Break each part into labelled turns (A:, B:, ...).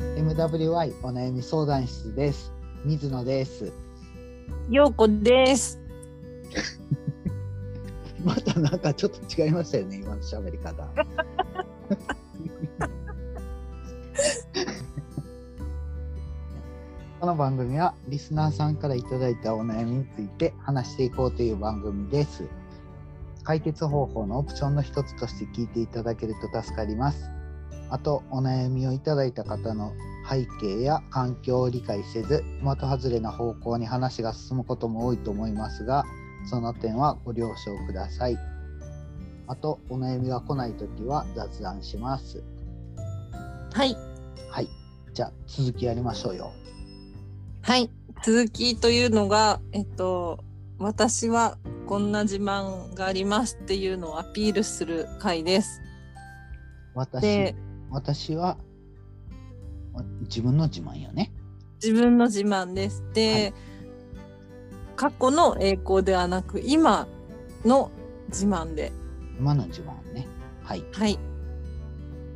A: MWI お悩み相談室です。水野です。
B: ようこです。
A: またなんかちょっと違いましたよね、今の喋り方。この番組はリスナーさんからいただいたお悩みについて話していこうという番組です。解決方法のオプションの一つとして聞いていただけると助かります。あと、お悩みをいただいた方の背景や環境を理解せず、的外れな方向に話が進むことも多いと思いますが、その点はご了承ください。あと、お悩みが来ないときは雑談します。
B: はい。
A: はい。じゃあ、続きやりましょうよ。
B: はい。続きというのが、えっと、私はこんな自慢がありますっていうのをアピールする回です。
A: 私
B: で、、
A: 私は、お自分の自慢よね。
B: 自分の自慢です。で、過去の栄光ではなく、今の自慢で。
A: 今の自慢ね。はい。
B: はい。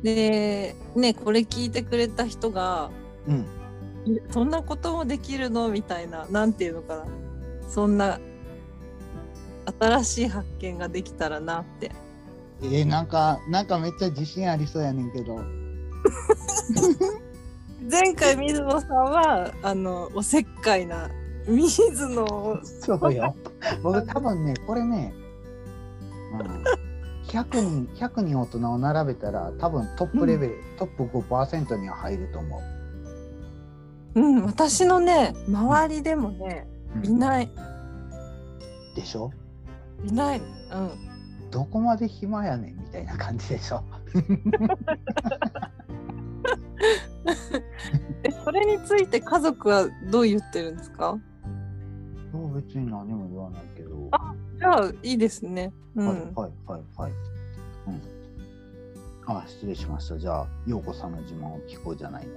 B: で、ね、これ聞いてくれた人が、
A: うん。
B: そんなこともできるのみたいな、なんていうのかな。そんな、新しい発見ができたらなって。
A: えーなんか、なんかめっちゃ自信ありそうやねんけど。
B: 前回水野さんは、あの、おせっかいな、水野を、
A: そうよ。 僕多分ね、これね、うん、100人、100人大人を並べたら、多分トップレベル、トップ5%には入ると思う。
B: うん、私のね、周りでもね、
A: うん
B: いない、
A: でしょ
B: いない、うん。
A: どこまで暇やねんみたいな感じでしょ
B: え、それについて家族はどう言ってるんですか
A: もう別に何も言わないけど。
B: あじゃあ、いいですね。うん。
A: はいはいはいはい。うん。あ、失礼しました。じゃあ、陽子さんの自慢を聞こうじゃないの。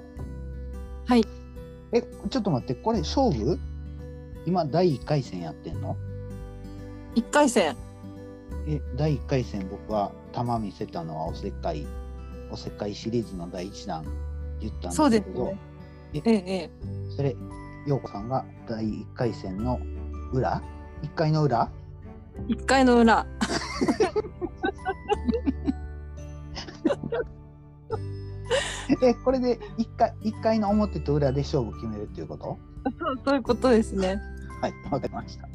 B: はい。
A: え、ちょっと待って、これ勝負今、第1回戦やってんの
B: 一回戦。
A: え、第1回戦僕は玉見せたのはおせっかい、おせっかいシリーズの第1弾言ったんですけど、
B: そうですねええ、ええ。
A: それ、陽子さんが第1回戦の裏 ?1 回の裏
B: 一回の裏。
A: え、これで1回、一回の表と裏で勝負決めるっていうこと
B: そうそういうことですね。
A: はい、わかりました。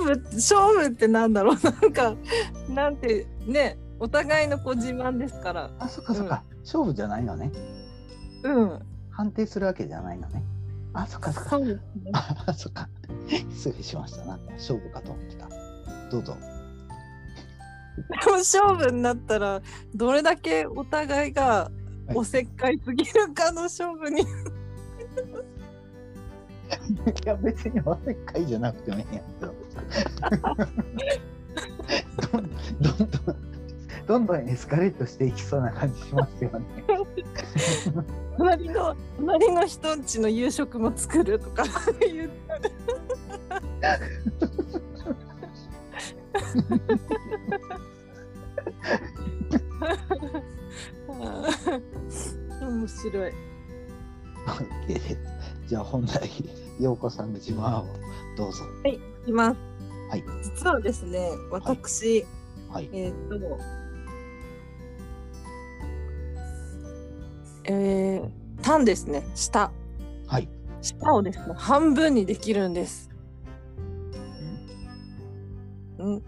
B: 勝負勝負ってなんだろうなんかなんてねお互いのこう自慢ですから
A: あ、そっかそっか、勝負じゃないのね。
B: うん
A: 判定するわけじゃないのね。あ、そっかそっか。
B: そうですね
A: あ、そっか。 失礼しました。なんか勝負かと思ってた。どうぞ。
B: でも勝負になったらどれだけお互いが
A: はい
B: おせっかいすぎるかの勝負に、
A: いや、別におせっかいじゃなくてもいいんやけど。どんどんどんどんどんエスカレートしていきそうな感じしますよね。
B: 隣の隣の人んちの夕食も作るとか言ってあー面白い
A: OK です。じゃあ本題、陽子さんの自慢をどうぞ。
B: いきます。
A: はい
B: 実はですね、私、
A: はい。
B: えーっと、えー、単ですね、下。
A: はい。
B: 下をですね、半分にできるんです。うん。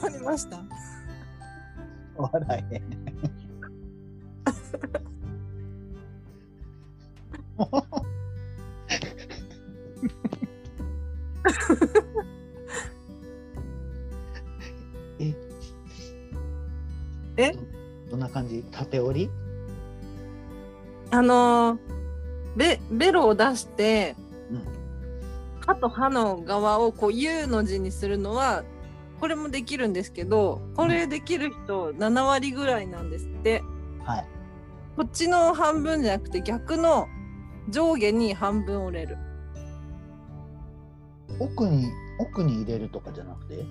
B: 伝わりました。
A: 笑えへん。え
B: え
A: どどんな感じ縦折り
B: あのー、ベベロを出して、
A: うん
B: 歯と歯の側をこう U の字にするのはこれもできるんですけどこれできる人7割ぐらいなんですって
A: はい
B: こっちの半分じゃなくて逆の上下に半分折れる
A: 奥に奥に入れるとかじゃなくて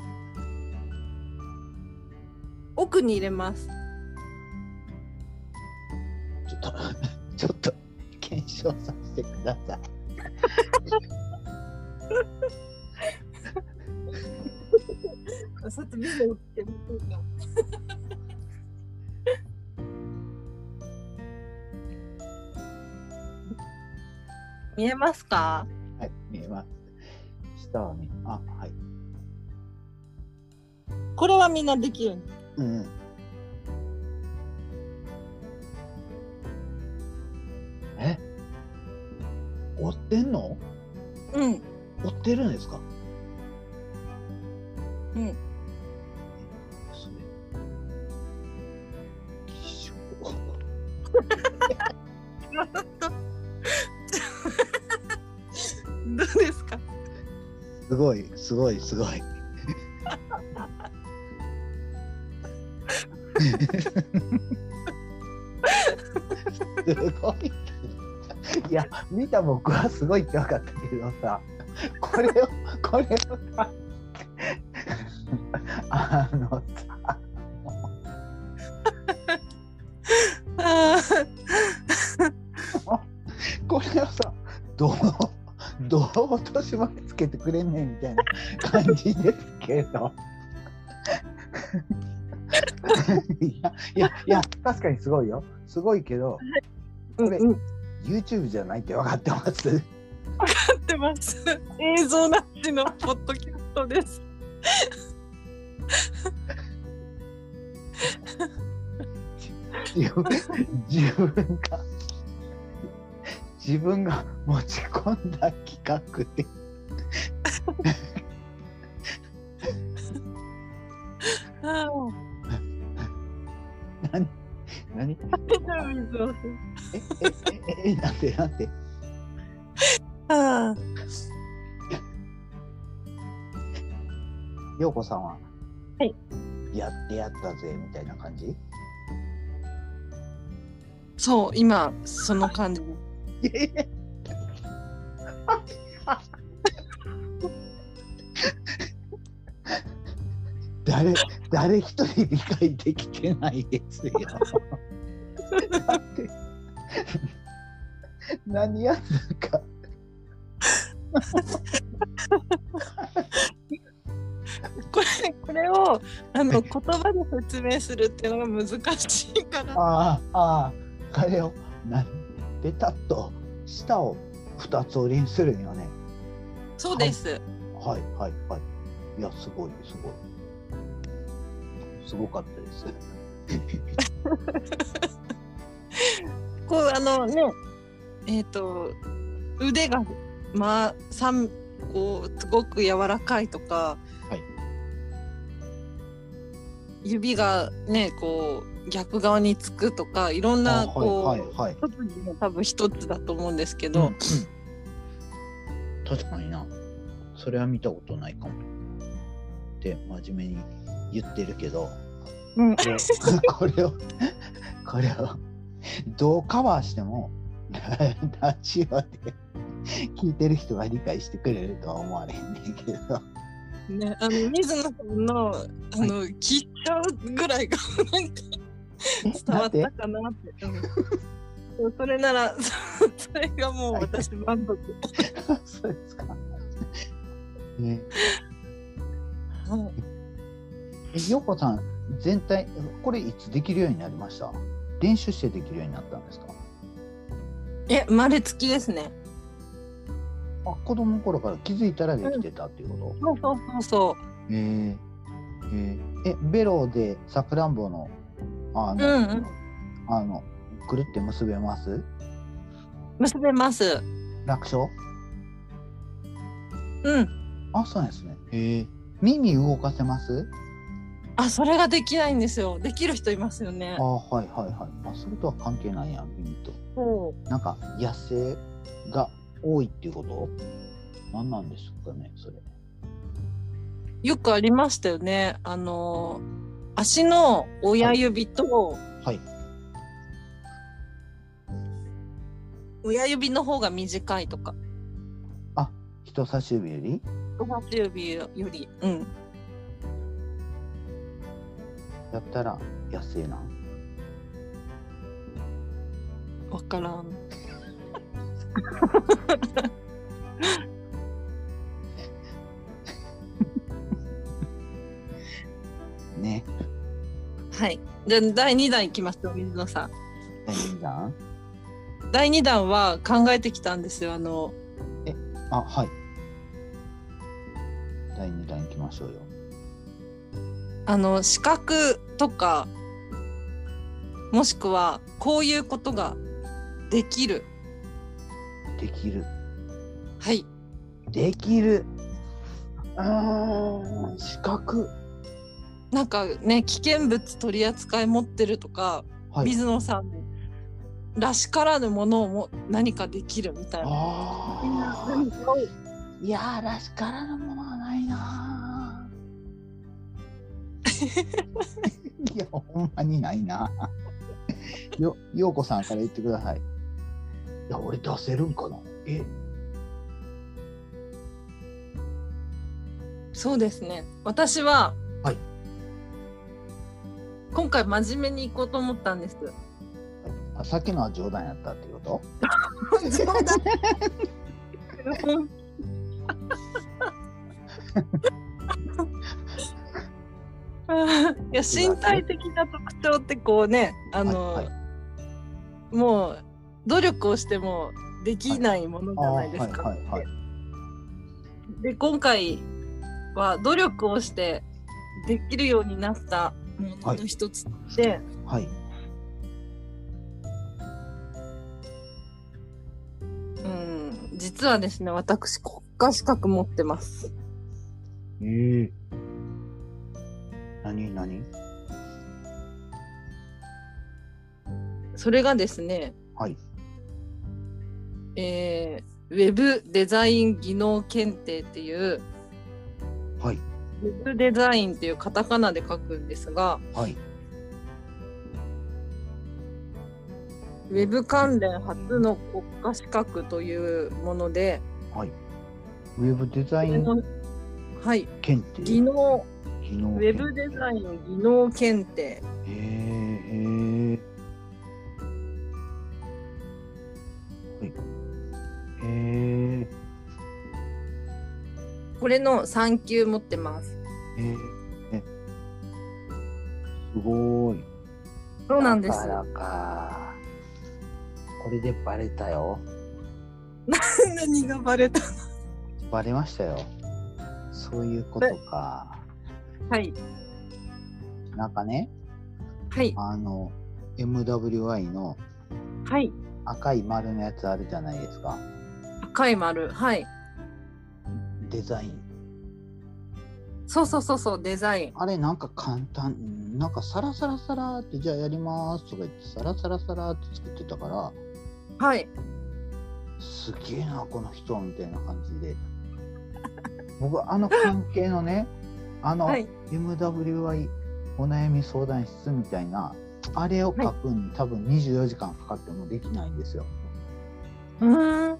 B: 奥に入れます。
A: ちょっと ちょっと検証させてください。
B: さて見ておってみてか。 見えますか？
A: はい、見えます。下はね、あ、はい。
B: これはみんなできる。
A: うん。え追ってんの
B: うん。
A: 追ってるんですか
B: うん。
A: それ。気象。
B: どうですか？
A: すごい、すごい、すごい。すごい。いや、見た僕はすごいって分かったけどさ、これを、これをさ、あのさ、
B: あ
A: これをさ、どう、どう落とし前つけてくれんねんみたいな感じですけど。いや、いや、いや、確かにすごいよ。すごいけど、
B: あ。
A: これ
B: うんうん。
A: YouTube じゃないって分かってます。
B: 合ってます。映像なしのポッドキャストです。
A: 自分自分が自分が持ち込んだ企画で
B: ああ。
A: 何何ええええなんてなんて
B: ああ。
A: 陽子さんは
B: はい
A: やってやったぜみたいな感じ
B: そう今その感じ。
A: 誰誰一人理解できてないですよ。だって何やつか
B: これこれをあの言葉で説明するっていうのが難しいから。
A: あああああれを何ペタッと舌を二つ折りにするんよね。
B: そうです。
A: はいはいはい。いや、すごい、すごい。すごかったです。
B: こうあのねえっ、と腕がまあ三こうすごく柔らかいとか、
A: はい
B: 指がねこう逆側につくとかいろんな
A: あは
B: こ
A: い、は
B: う
A: い、はい。
B: 一つの多分一つだと思うんですけ
A: うん
B: ど、
A: うん確かにな。それは見たことないかも。って真面目に言ってるけど、
B: うん
A: これ これを、これを、どうカバーしても、 ラジオで聞いてる人が理解してくれるとは思われへんねんけど。
B: ね、あの水野さんのあの、聞いちゃうぐらいがなんか 伝わったかなって。うんそうそれなら、そうそれがもう私満足。
A: そうですか。ね、
B: うん
A: えよこさん、全体、これいつできるようになりました練習してできるようになったんですか
B: え、生まれつきですね。
A: あ子供の頃から気づいたらできてたっていうこ
B: そうそうそうそ
A: と、へえええベロでさくらんぼのあ
B: う。
A: の,、
B: うんうん。
A: あのくるって結べます
B: 結べます。
A: 楽勝
B: うん。
A: あそうなんですねへえ耳動かせます
B: あ、それができないんですよ。できる人いますよね
A: あ。はいはいはいあそれとは関係ないやん耳と
B: そ
A: なんか野生が多いっていうこと何なんですかねそれ
B: う。よくありましたよね。あのー、足の親指と、
A: はい
B: 親指の方が短いとか、
A: 人差し指より
B: 人差し指より。うん。
A: やったら安いな。
B: わからん。
A: ね。
B: はい。じゃあ第2弾いきますよ、水野さん。
A: 第2弾
B: 第2弾は考えてきたんですよ。あの、
A: あ、はい。第2弾行きましょうよ。
B: あの資格とか、もしくはこういうことができる。
A: できる。
B: はい。
A: できる。あー、資格。
B: なんかね、危険物取り扱い持ってるとか、
A: はい。
B: 水野さんらしからぬものをも何かできるみたいな。
A: あー。いやーらしからぬものはないなーいやほんまにないなよようこさんから言ってくださいいや俺出せるんかなえ
B: そうですね。私は、
A: はい
B: 今回真面目に行こうと思ったんです。
A: あさっきのは冗談やったってこと
B: 冗談 いや身体的な特徴ってこうねあの、
A: はいは
B: もう努力をしてもできないものじゃないですか。
A: はいはいはい
B: で今回は努力をしてできるようになったものの一つで、
A: はい
B: うん実はですね私国家資格持ってます。
A: えー、何何
B: それがですね、
A: はい
B: えー、ウェブデザイン技能検定っていう
A: はい
B: ウェブデザインっていうカタカナで書くんですが
A: はい
B: ウェブ関連初の国家資格というもので、
A: ウェブデザ
B: こ
A: イ
B: れ
A: ン
B: のはい、
A: 検
B: 技
A: 定
B: 能
A: 技能検
B: ウェ
A: 定
B: ブデザイン技能検定
A: へえへえ。はい。へえ
B: これの3級持ってます。
A: へえ。えすごーい。
B: そうなんです
A: だからか。これでバレたよ。
B: 何がバレた
A: バレましたよ。そういうことか。
B: はい
A: なんかね、
B: はい
A: あの MWI の
B: はい
A: 赤い丸のやつあるじゃないですか。
B: 赤い丸はい
A: デザイン。
B: そうそうそうそうデザイン
A: あれなんか簡単なんかサラサラサラってじゃあやりますとか言ってサラサラサラって作ってたから
B: はい
A: すげえなこの人みたいな感じで僕あの関係のねあの、
B: はい
A: MWI お悩み相談室みたいなあれを書くに多分24時間かかってもできないんですよ。
B: うーん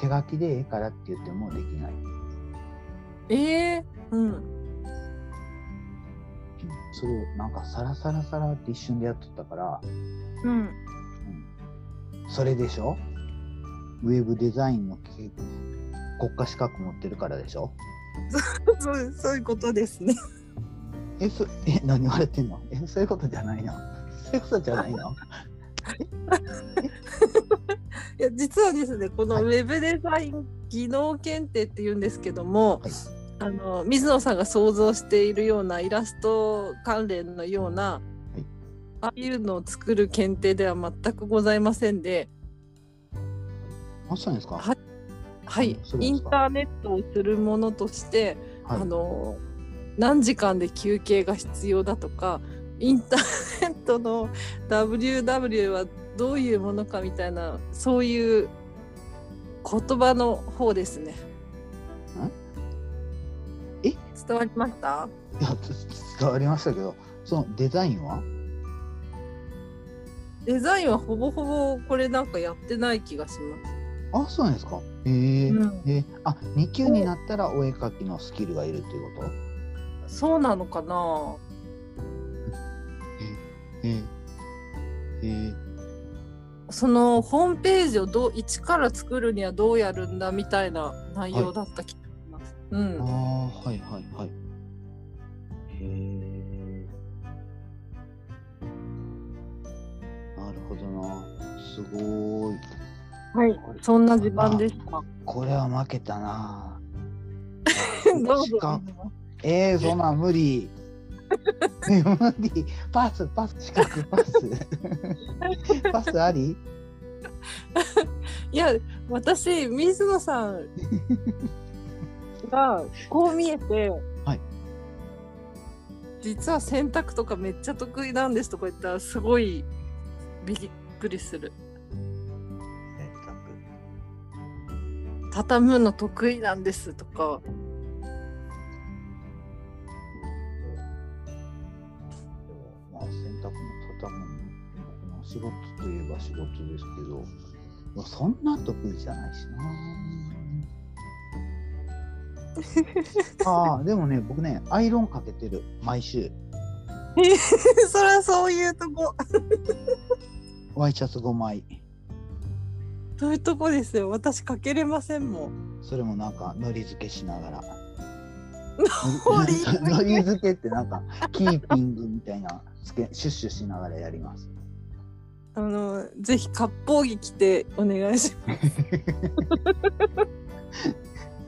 A: 手書きでええからって言ってもできない。
B: えー、うん。
A: それをなんかサラサラサラって一瞬でやっとったから
B: うん。
A: それでしょウェブデザインのけ国家資格持ってるからでしょ
B: そう、そういうことですね。
A: え、そ え何言われてんのえ、そういうことじゃないのそういうことじゃないの
B: いや、実はですね、こ
A: は
B: の
A: い
B: ウェブデザイン技能検定って言うんですけども。
A: はい
B: あの、水野さんが想像しているようなイラスト関連のような。
A: い
B: ああいうのを作る検定では全くございませんで、
A: あ、そうなんですか
B: ははい、
A: そうで
B: イ
A: すか
B: ンターネットをするものとして、
A: はい
B: あの何時間で休憩が必要だとかインターネットの WW はどういうものかみたいなそういう言葉の方ですね。
A: え
B: 伝わりました
A: いや、つつ伝わりましたけど、そのデザインは
B: デザインはほぼほぼこれなんかやってない気がします。
A: あ、そうなんですかへえ
B: うん
A: えあ、2級になったらお絵描きのスキルがいるっていうこと
B: そうなのかな
A: えええ
B: そのホームページをどう一から作るにはどうやるんだみたいな内容だった気がします。
A: えあ
B: うん。
A: あはいはいはいへえなるほどなすごーい
B: はい。そんな時間で した。
A: これは負けたな
B: どうぞ
A: 時。間えー、そんなん無理。え無理。パス、パス、四角、パス。パス あり
B: いや、私、水野 さんが、こう見えて、
A: はい
B: 実は洗濯とかめっちゃ得意なんですとか言ったら、すごいびっくりする。畳むの得意なんですとか。
A: まあ、洗濯も畳むのも仕事といえば仕事ですけど、まあそんな得意じゃないし な。ああ、でもね、僕ね、アイロンかけてる、毎週。
B: それはそういうとこ。
A: ワイシャツ5枚。
B: そういうとこですよ。私、かけれませんもん。
A: それもなんか、のり付けしながら。
B: のり付 け
A: のり付けってなんか、キーピングみたいな、つけ、シュッシュしながらやります。
B: あの、ぜひ、割烹着着てお願いします。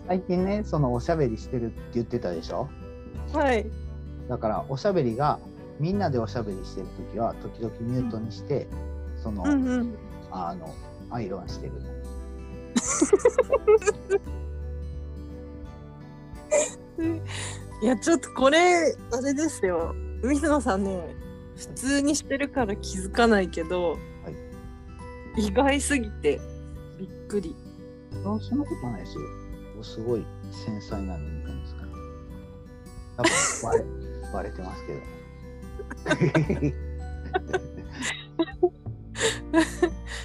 A: 最近ね、そのおしゃべりしてるって言ってたでしょ
B: はい。
A: だから、おしゃべりが、みんなでおしゃべりしてるときは、時々ミュートにして、その、
B: うんうん。
A: あの、アイロンしてる。
B: いやちょっとこれあれですよ水野さんね普通にしてるから気づかないけど、
A: は
B: 意外すぎてびっくり
A: あそんなことないですよ。すごい繊細な人間ですから。やっぱバレ バレてますけど。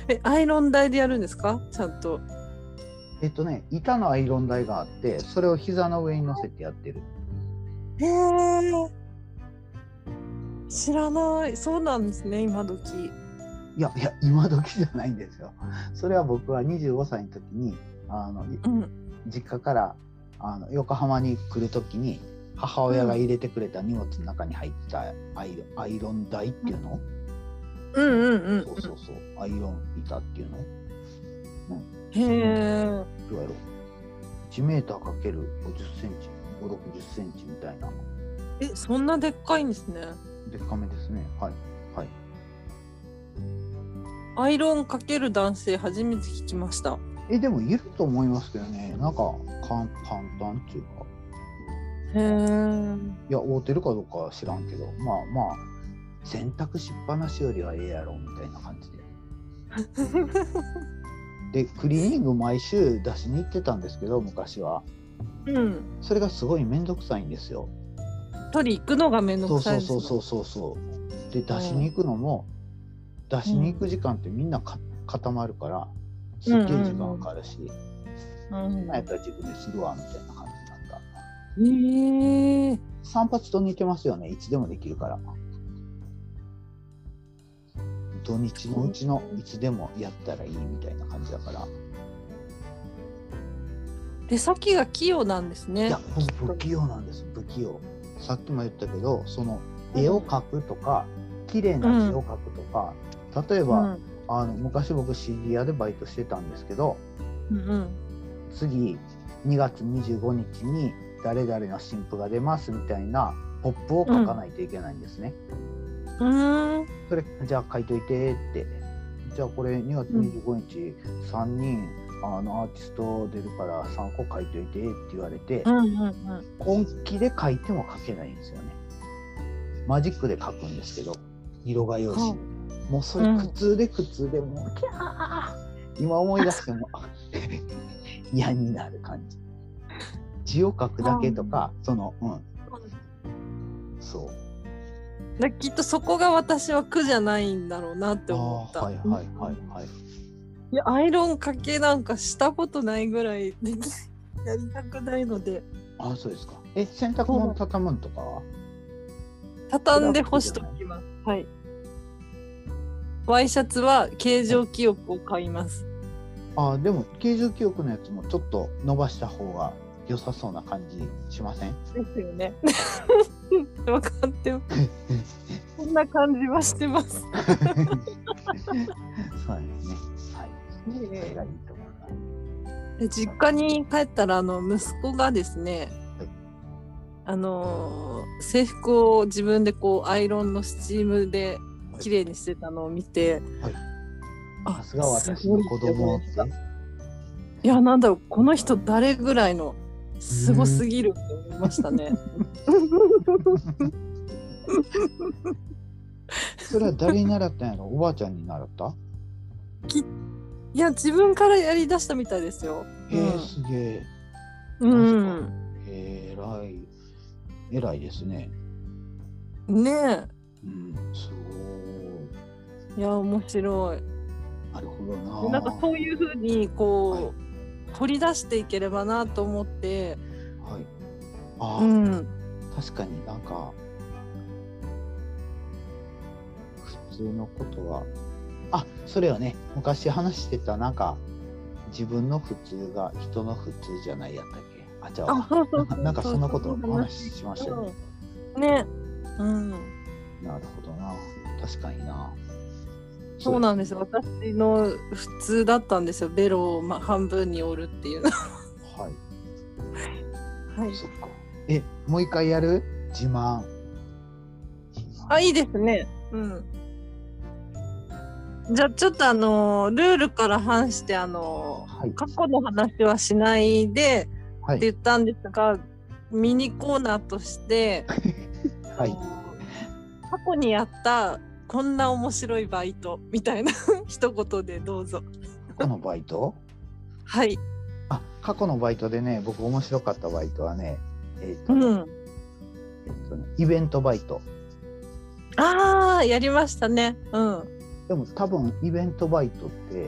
B: えアイロン台でやるんですかちゃんと
A: えっとね、板のアイロン台があって、それを膝の上に乗せてやってる。
B: へえ知らないそうなんですね今時
A: いやいや、今時じゃないんですよ。それは僕は25歳の時に、あの、い
B: うん
A: 実家からあの横浜に来る時に、母親が入れてくれた荷物の中に入ったアイロンアイロン台っていうの、
B: うんうんうん
A: そうそうそう、アイロン板っていうの
B: へえ
A: どうやろう。1メーターかける50センチ、5、60センチみたいな。
B: えそんなでっかいんですね
A: でっかめですね。はい。はい。
B: アイロンかける男性初めて聞きました
A: え、でもいると思いますけどね。なんか、簡簡単っていうか。
B: へえ
A: いや、合うてるかどうかは知らんけど、まあまあ、選択しっぱなしよりはええやろ、みたいな感じ で。で、クリーニング毎週出しに行ってたんですけど、昔は。
B: うん
A: それがすごいめんどくさいんですよ。
B: 取り行くのがめんど
A: そう
B: くさ
A: そ
B: いうです
A: そうそうそうそう。で、出しに行くのも、出しに行く時間ってみんなか固まるから、すっげえ時間かかるし、
B: うん
A: なんやったら自分でするわ、みたいな感じなんだ。
B: ええ
A: 散髪と似てますよねいつでもできるから土日のうちのいつでもやったらいいみたいな感じだから
B: 手先が器用なんです
A: い
B: ね
A: や。僕不器用なんです不器用さっきも言ったけどその絵を描くとか綺麗な字を描くとか、例えば、
B: うん
A: あの昔僕 CD 屋でバイトしてたんですけど
B: うん
A: 次2月25日に誰々の新譜が出ますみたいなポップを書かないといけないんですね。
B: うん。うーん。
A: それじゃあ書いといてってじゃあこれ2月25日3人、あのアーティスト出るから3個書いといてって言われて、
B: うんうん
A: 本気で書いても書けないんですよねマジックで書くんですけど色画用紙、
B: は
A: もうそれ苦痛で苦痛でもうキャー今思い出しても 嫌になる感じ字を書くだけとか、そのうんそう
B: うん。だきっとそこが私は苦じゃないんだろうなって思った。
A: あーはいはいはいはい、
B: いやアイロンかけなんかしたことないぐらいできやりたくないので、
A: あ、そうですか。え、洗濯物畳むんとかは。
B: 畳んで干しときます。はい。ワイシャツは形状記憶を買います。
A: あでも形状記憶のやつもちょっと伸ばした方が良さそうな感じしません
B: ですよね。 分かってる。そんな感じはしてます。
A: そうですね。はい。それがいいと思います。
B: で 実家に帰ったらあの息子がですね
A: はい、
B: あのー制服を自分でこうアイロンのスチームで綺麗にしてたのを見て、
A: はい
B: あ
A: さすが私の子供って。
B: いやなんだろうこの人誰ぐらいのすごすぎるって思いました ね。
A: それは誰に習ったんやろおばあちゃんに習 った
B: いや自分からやりだしたみたいですよ。
A: へえ、すげえ。
B: うん
A: マジえらい。えらいですね。
B: うん、ね
A: うん、す
B: えいや面白い。
A: ごい。なるほど
B: で
A: な。
B: なんかそういうふうにこう、取り出していければなと思って、
A: はい。ああ、
B: うん、
A: 確かになんか、普通のことは、あそれはね、昔話してた、なんか、自分の普通が人の普通じゃないやったっけあ、じゃ
B: あ
A: あ、
B: そうそうう
A: なんかそんなこと
B: う
A: お話ししましたよね。
B: うんね、うん、
A: なるほどな。確かにな。
B: そうなんですよ。私の普通だったんですよ。ベロをま半分に折るっていう。は
A: はいい。。そっか。え、もう一回やる自慢。
B: あ、いいですね。うん。じゃあちょっとあのルールから反してあの
A: はい。
B: 過去の話はしないで
A: は
B: って
A: い。
B: 言ったんですが、ミニコーナーとして、
A: はい
B: あの過去にやったこんな面白いバイトみたいな 一言でどうぞ。
A: 過去のバイト
B: はい。
A: あ、過去のバイトでね、僕面白かったバイトはね、えっ、と
B: う
A: ね、
B: ん。
A: えっとね、イベントバイト。
B: ああ、やりましたね。うん。
A: でも多分イベントバイトって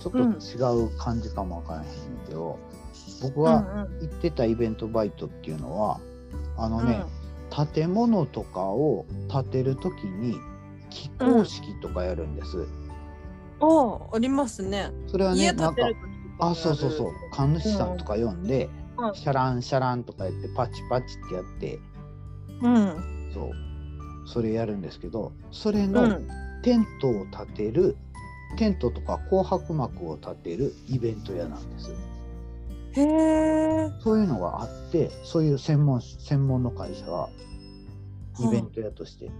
A: ちょっと違う感じかもわからへんけど、僕は
B: うん
A: 行ってたイベントバイトっていうのは、あの
B: うん
A: ね、建物とかを建てるときに起工式とかやるんです。
B: うん、おーありますね。
A: それはね、
B: 家
A: な
B: 建
A: ん
B: て
A: か
B: る時とか
A: あそうそうそう神主さんとか呼んで、
B: うん
A: シャランシャランとかやってパチパチってやって
B: う。うん。
A: そうそれやるんですけどそれ
B: う
A: の
B: ん。
A: テントを立てる、テントとか紅白幕を立てるイベント屋なんです
B: へえ。
A: そういうのがあってそういう専門専門の会社がイベント屋として、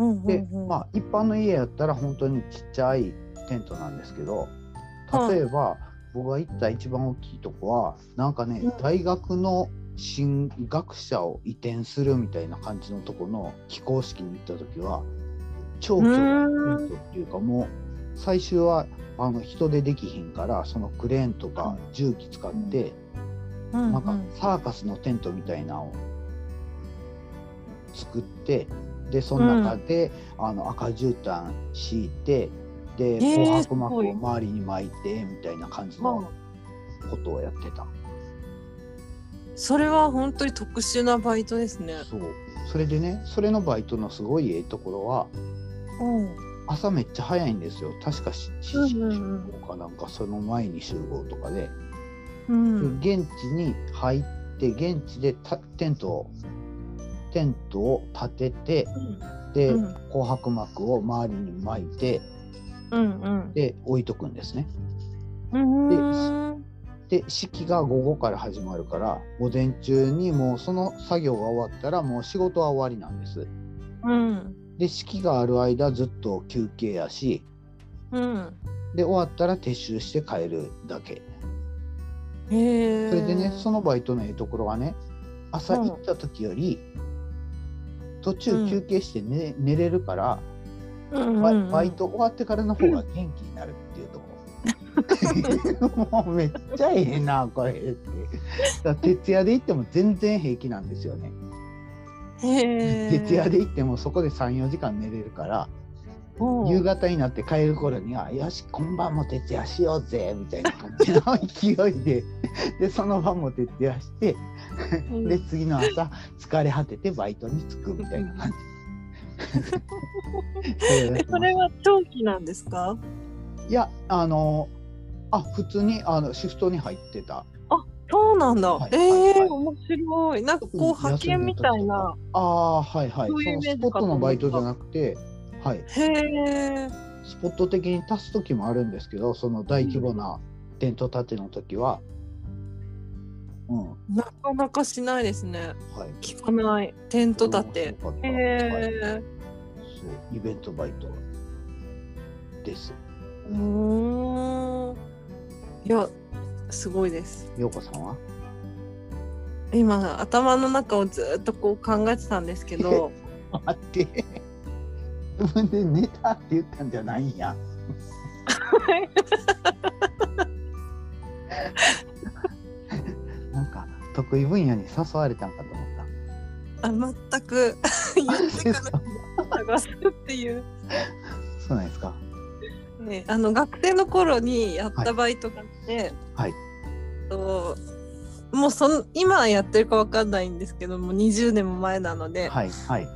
B: うんうんうん
A: で、まあ一般の家やったら本当にちっちゃいテントなんですけど例えば、僕が行った一番大きいとこはなんかね、
B: うん
A: 大学の進学者を移転するみたいな感じのとこの起工式に行った時は超巨大なテントっていうかもう最終はあの人でできひんからそのクレーンとか重機使って、
B: うん
A: なんかサーカスのテントみたいなのを作ってでその中で、あの赤絨毯敷いてで
B: ー
A: 紅白幕
B: すごい
A: を周りに巻いてみたいな感じ
B: うん
A: のことをやってた、
B: それは本当に特殊なバイトですね。
A: そうそれでねそれのバイトのすごいええところは
B: うん。
A: 朝めっちゃ早いんですよ確か7時
B: うんうん
A: 集合かなんかその前に集合とかで、
B: うん。
A: で現地に入って現地でたテントをテントを立ててで、
B: うん
A: 紅白幕を周りに巻いて
B: うんうん。
A: で置いとくんですね
B: うんうん。
A: で式が午後から始まるから午前中にもうその作業が終わったらもう仕事は終わりなんです
B: うん。
A: で式がある間ずっと休憩やし
B: うん。
A: で終わったら撤収して帰るだけ
B: へえ。
A: それでねそのバイトのいいところはね朝行った時より途中休憩して寝,、寝れるから
B: うん
A: バイ
B: うん
A: バイ。ト終わってからの方が元気になるっていうところ。もうめっちゃええなこれって。だから徹夜で行っても全然平気なんですよね。
B: へえ。
A: 徹夜で行ってもそこで34時間寝れるから、
B: うん。
A: 夕方になって帰る頃には「よし今晩も徹夜しようぜ」みたいな感じの勢い ででその晩も徹夜して
B: うん
A: で次の朝疲れ果ててバイトに着くみたいな感じ。
B: えそれは長期なんですか
A: いやあのあ普通にあのシフトに入ってた
B: そうなんだ。
A: はい
B: え
A: は
B: え
A: いはい
B: 面白い。なんか
A: 特に
B: こう派遣みたいな。
A: ああはいはい
B: そういうイメ
A: そ
B: ージ
A: のスポットのバイトじ
B: か
A: ゃ
B: と思
A: なくてはい
B: へえ。
A: スポット的に足す時もあるんですけどその大規模なテント立ての時はうんは
B: なかなかしないですね。
A: い
B: 聞かない。テント立て。
A: 面白かった
B: へ
A: はい
B: え。
A: そうイベントバイトです
B: うーん。いや、すごいです。
A: ようこさんは
B: 今頭の中をずっとこう考えてたんです けど。
A: 待って自分でネタって言ったんじゃないんやなんか得意分野に誘われたんかと思った
B: あ、全く言ってか
A: あ
B: ら探すっていう。
A: そうなんですか
B: ね、あの学生の頃にやったバイトがあって、
A: はいはい
B: ともうその今やってるかわかんないんですけども20年も前なので、
A: はいはい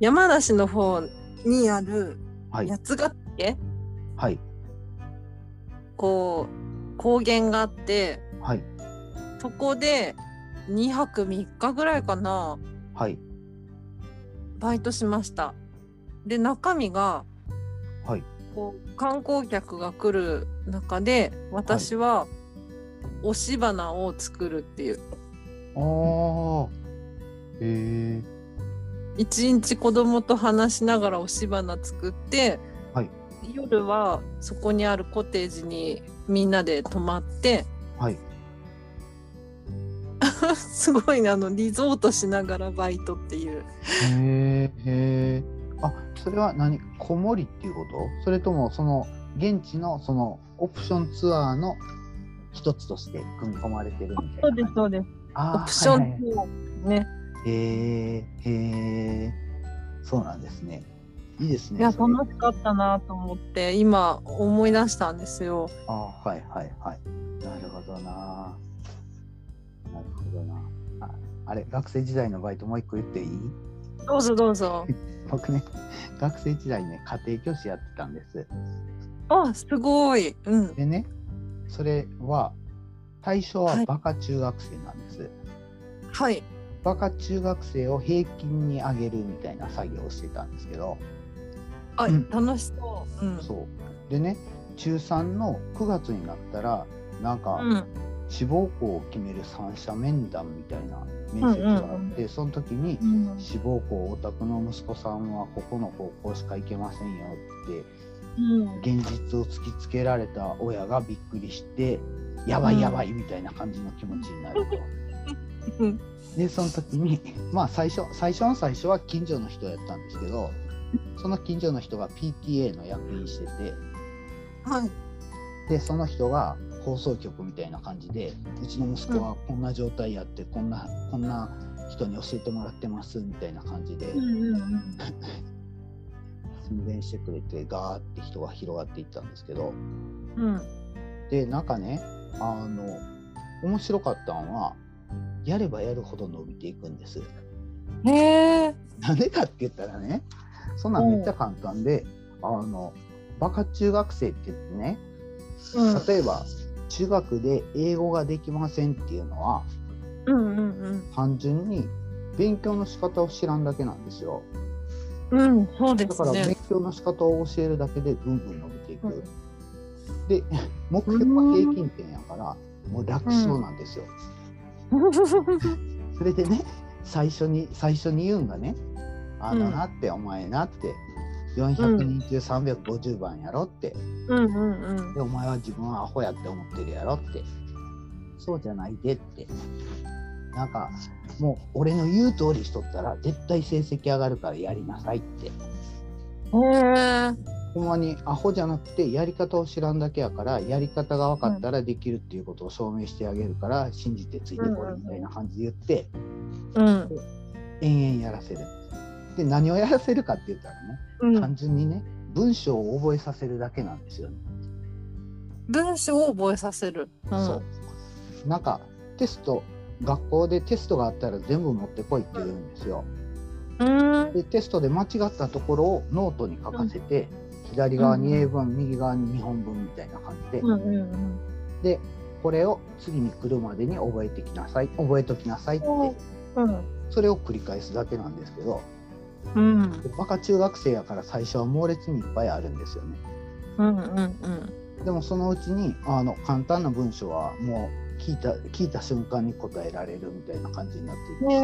B: 山梨の方にある
A: はい
B: 八ヶ岳、
A: はい
B: こう高原があって
A: はい
B: そこで2泊3日ぐらいかな
A: はい
B: バイトしました。で中身が、
A: はい
B: こう観光客が来る中で私は押し花を作るっていう
A: おーへえ
B: 一日子供と話しながら押し花作って、
A: はい
B: 夜はそこにあるコテージにみんなで泊まって
A: はい
B: すごいねあのリゾートしながらバイトっていう
A: へえへえあそれは何子守っていうことそれともその現地のそのオプションツアーの一つとして組み込まれてるみたいな
B: そうです
A: あ
B: オ
A: ー
B: プショ
A: はいはい
B: ンね
A: へえへえそうなんですねいいですね
B: いや
A: それ
B: 楽しかったなと思って今思い出したんですよ
A: あはいはいはいなるほどななるほどなああれ学生時代のバイトもう一個言っていい
B: どうぞどうぞ
A: 僕ね学生時代ね家庭教師やってたんです
B: あすごいうん
A: でねそれは対象
B: は
A: はいバカ中学生なんです、
B: はい
A: バカ中学生を平均に上げるみたいな作業をしてたんですけど、
B: あ、
A: うん
B: 楽しそううん
A: そうでね中3の9月になったらなんか、
B: うん
A: 志望校を決める三者面談みたいな面接があって、
B: うん
A: その時に
B: うん
A: 志望校お宅の息子さんはここの高校しか行けませんよって現実を突きつけられた親がびっくりしてやば
B: う
A: い
B: ん
A: やばいみたいな感じの気持ちになると。
B: うん
A: でその時にまあ最初最初の最初は近所の人やったんですけどその近所の人が PTA の役員してて。
B: はい
A: でその人が放送局みたいな感じでうちの息子はこんな状態やって、こんなこんな人に教えてもらってますみたいな感じで
B: うんうん
A: 宣伝してくれてガーって人が広がっていったんですけど
B: うん
A: でなんかねあの面白かったのはやればやるほど伸びていくんです。
B: へえ。
A: なんでかって言ったらねそんなんめっちゃ簡単で、あのバカ中学生って言ってね
B: うん
A: 例えば中学で英語ができませんっていうのは
B: うんうん
A: 単純に勉強の仕方を知らんだけなんですよ
B: うん。うん、そうで
A: だ
B: す
A: から勉
B: ね。
A: 強の仕方を教えるだけでぐんぐん伸びていく、
B: うん
A: で目標は平均点やからもう楽勝なんですよ、それでね最初に最初に言うんがね「あの
B: うん
A: なって、お前な」って400人中350番やろって、
B: うんうんうん。
A: でお前は自分はアホやって思ってるやろってそうじゃないでってなんかもう俺の言う通りしとったら絶対成績上がるからやりなさいって
B: へえ。
A: ほんまにアホじゃなくてやり方を知らんだけやからやり方が分かったらできるっていうことを証明してあげるから信じてついてこいみたいな感じで言って
B: うん
A: 延々やらせる。で何をやらせるかって言ったらね
B: うん。
A: 単純にね文章を覚えさせるだけなんですよね。
B: 文章を覚えさせる。うん
A: そうなんかテスト学校でテストがあったら全部持ってこいって言うんですよ。
B: うーん。
A: でテストで間違ったところをノートに書かせて、左側に英文、右側に日本文みたいな感じで、
B: うんうんうん
A: でこれを次に来るまでに覚えてきなさい覚えときなさいって
B: おうん
A: それを繰り返すだけなんですけど
B: うん
A: でバカ中学生やから最初は猛烈にいっぱいあるんですよね
B: うんうん
A: でもそのうちにあの簡単な文章はもう聞いた聞いた瞬間に答えられるみたいな感じになっていくし、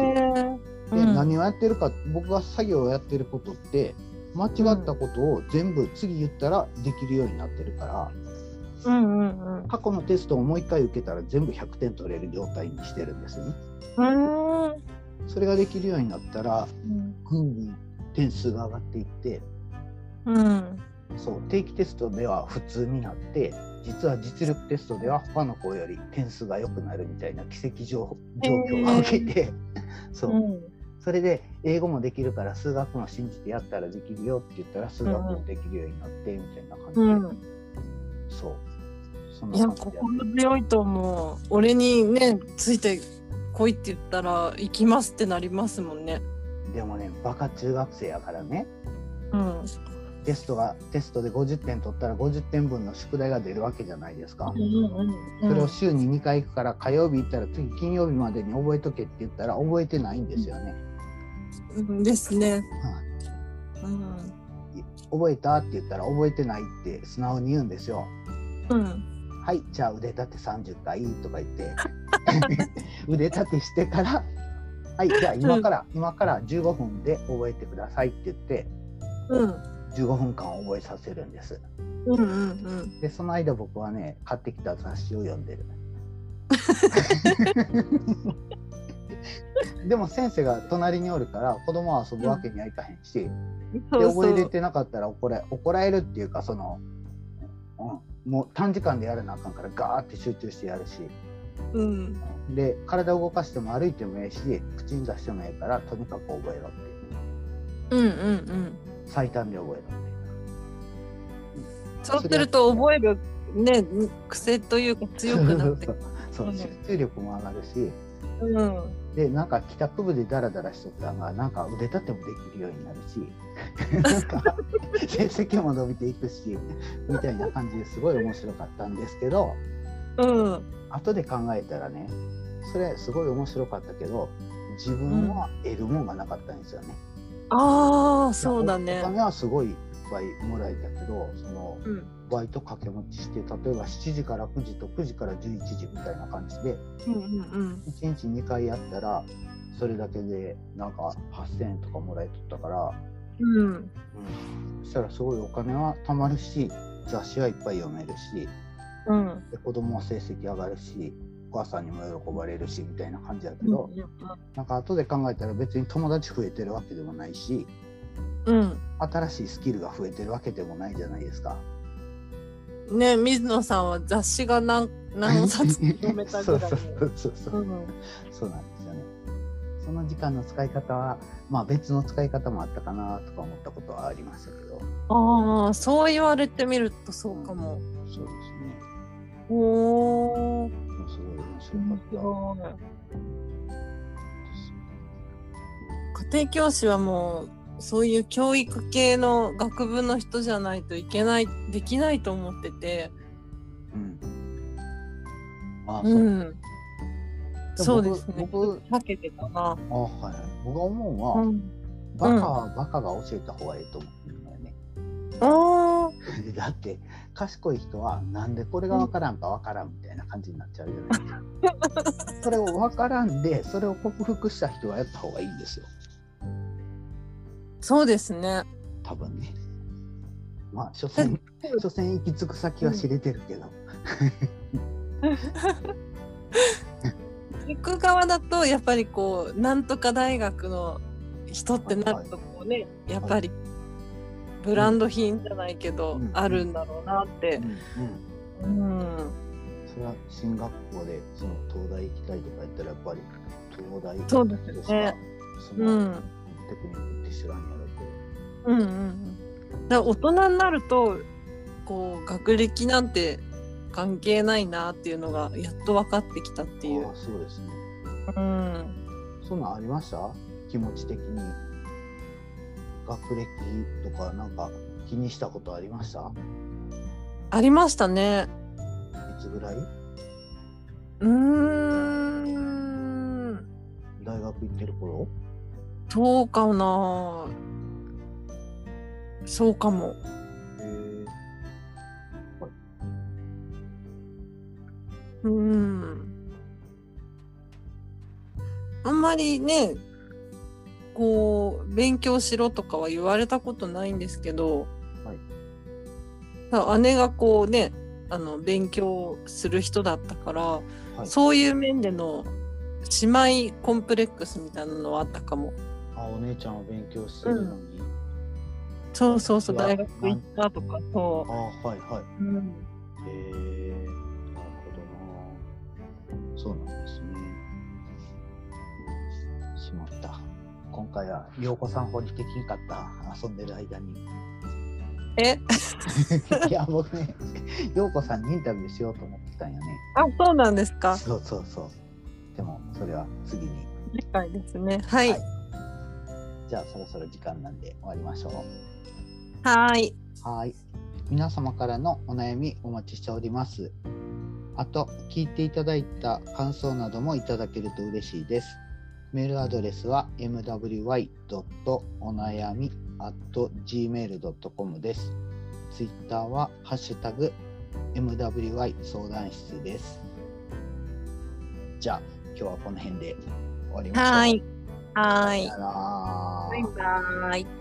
B: え
A: で何をやってるか僕が作業をやってることって間違ったことを全部次言ったらできるようになってるから
B: うんうんうん
A: 過去のテストをもう一回受けたら全部100点取れる状態にしてるんですよね。
B: うん
A: それができるようになったら
B: うん
A: ぐんぐん点数が上がっていって
B: うん
A: そう定期テストでは普通になって実は実力テストでは他の子より点数が良くなるみたいな奇跡状状況が起きて、そう、それで英語もできるから数学も信じてやったらできるよって言ったら数学もできるようになってみたいな感じ
B: う
A: で、
B: ん
A: そうそん
B: いや
A: な感じで
B: 心強いと思う俺にねついて来いって言ったら行きますってなりますもんね
A: でもねバカ中学生やからね
B: うん
A: テストがテストで50点取ったら50点分の宿題が出るわけじゃないですか、それを週に2回行くから火曜日行ったら次金曜日までに覚えとけって言ったら覚えてないんですよね、
B: うんですね
A: は
B: うん
A: 覚えたって言ったら覚えてないって素直に言うんですよ
B: うん
A: はいじゃあ腕立て30回とか言って腕立てしてからはいじゃあ今から、今から15分で覚えてくださいって言って
B: うん
A: 15分間覚えさせるんです
B: うんうん
A: でその間僕はね買ってきた雑誌を読んで るでも先生が隣におるから子供は遊ぶわけにはいかへんし、
B: うん
A: で
B: そう
A: 覚え
B: そ
A: れ
B: う
A: てなかったら怒ら怒られるっていうかその、うん、もう短時間でやらなあかんからガーって集中してやるし
B: うん
A: で体を動かしても歩いてもええし口に出してもええからとにかく覚えろって
B: うんうんうん
A: 最短で覚えろって
B: そうすると覚えるね癖というか強くなって
A: そううん集中力も上がるし
B: うん
A: でなんか帰宅部でダラダラしとったのがなんか腕立てもできるようになる しなんか成績も伸びていくしみたいな感じですごい面白かったんですけど。
B: うん
A: 後で考えたらねそれすごい面白かったけど自分は得るもんがなかったんですよね。
B: ああそうだね
A: お金はすごいいっぱいもらえたけどその
B: うん
A: バイト掛け持ちして例えば7時から9時と9時から11時みたいな感じで
B: うんうん
A: 1日2回やったらそれだけでなんか8,000円とかもらえとったから、
B: うんうん
A: そしたらすごいお金は貯まるし雑誌はいっぱい読めるし
B: うん
A: で子供は成績上がるしお母さんにも喜ばれるしみたいな感じだけ
B: うん
A: ど。なんか後で考えたら別に友達増えてるわけでもないし
B: うん
A: 新しいスキルが増えてるわけでもないじゃないですか。
B: ね水野さんは雑誌が何何冊読めたぐらい
A: そうそうそうそううんそうなんですよね。その時間の使い方は、まあ、別の使い方もあったかなとか思ったことはありましたけど
B: ああそう言われてみるとそうかも。
A: そうですね
B: おお。
A: もうすごい面白
B: 面
A: かっ
B: 白い
A: たです。
B: 家庭教師はもうそういう教育系の学部の人じゃないといけないできないと思ってて。。
A: うん、あそううん
B: そうですね。
A: 僕
B: 避けてたな。
A: あ、はいはい、僕が思うのは、
B: うん。
A: バカはバカが教えた方がいいと思うんだよね。
B: あ
A: だって賢い人はなんでこれが分からんか分からんみたいな感じになっちゃうじゃないですか。それを分からんでそれを克服した人はやった方がいいんですよ
B: あそうですね。
A: 多分ね。まあ所詮所詮行き着く先は知れてるけど、
B: 行く側だとやっぱりこうなんとか大学の人ってなるとこうね、やっぱりブランド品じゃないけ
A: う
B: ど、
A: ん
B: あるんだろうなって
A: うん、うん、
B: うん
A: それは進学校でその東大行きたいとか言ったらやっぱり東大
B: そうですね
A: しかそ
B: うん、う
A: の
B: ん
A: テクニックって知らんやろうけど。
B: うんうんだから大人になるとこう学歴なんて関係ないなっていうのがやっと分かってきたってい
A: あ
B: う
A: あ、そうですね。
B: うん
A: そんなんありました気持ち的に。学歴とかなんか気にしたことありました
B: ありましたね。
A: いつぐらいう
B: ーん。
A: 大学行ってる頃
B: そうかな。そうかも。
A: へえ
B: うん。あんまりね、こう、勉強しろとかは言われたことないんですけど、
A: はい
B: ただ姉がこうね、あの、勉強する人だったから、
A: はい
B: そういう面での姉妹コンプレックスみたいなのはあったかも。
A: あお姉ちゃんは勉強してるのに、
B: そうそうそう、
A: うわ
B: 大学行ったとか、そ。
A: あはいはいう
B: うん
A: へえなるほどなそうなんですねしまった今回は陽子さんほにできんかった遊んでる間に
B: え
A: いや僕ね陽子さんにインタビューしようと思ってたんよね
B: あ、そうなんですか。
A: そうそうそうでもそれは次に
B: 次回ですね。はい。
A: はいじゃあそろそろ時間なんで終わりましょう
B: はーい。
A: はい。皆様からのお悩みお待ちしております。あと、聞いていただいた感想などもいただけると嬉しいです。メールアドレスは mwy.onayami.gmail.com です。ツイッターはハッシュタグ mwy 相談室です。じゃあ、今日はこの辺で終わりましょう。
B: はーい。はーい
A: さ。よなら
B: バイバーイ。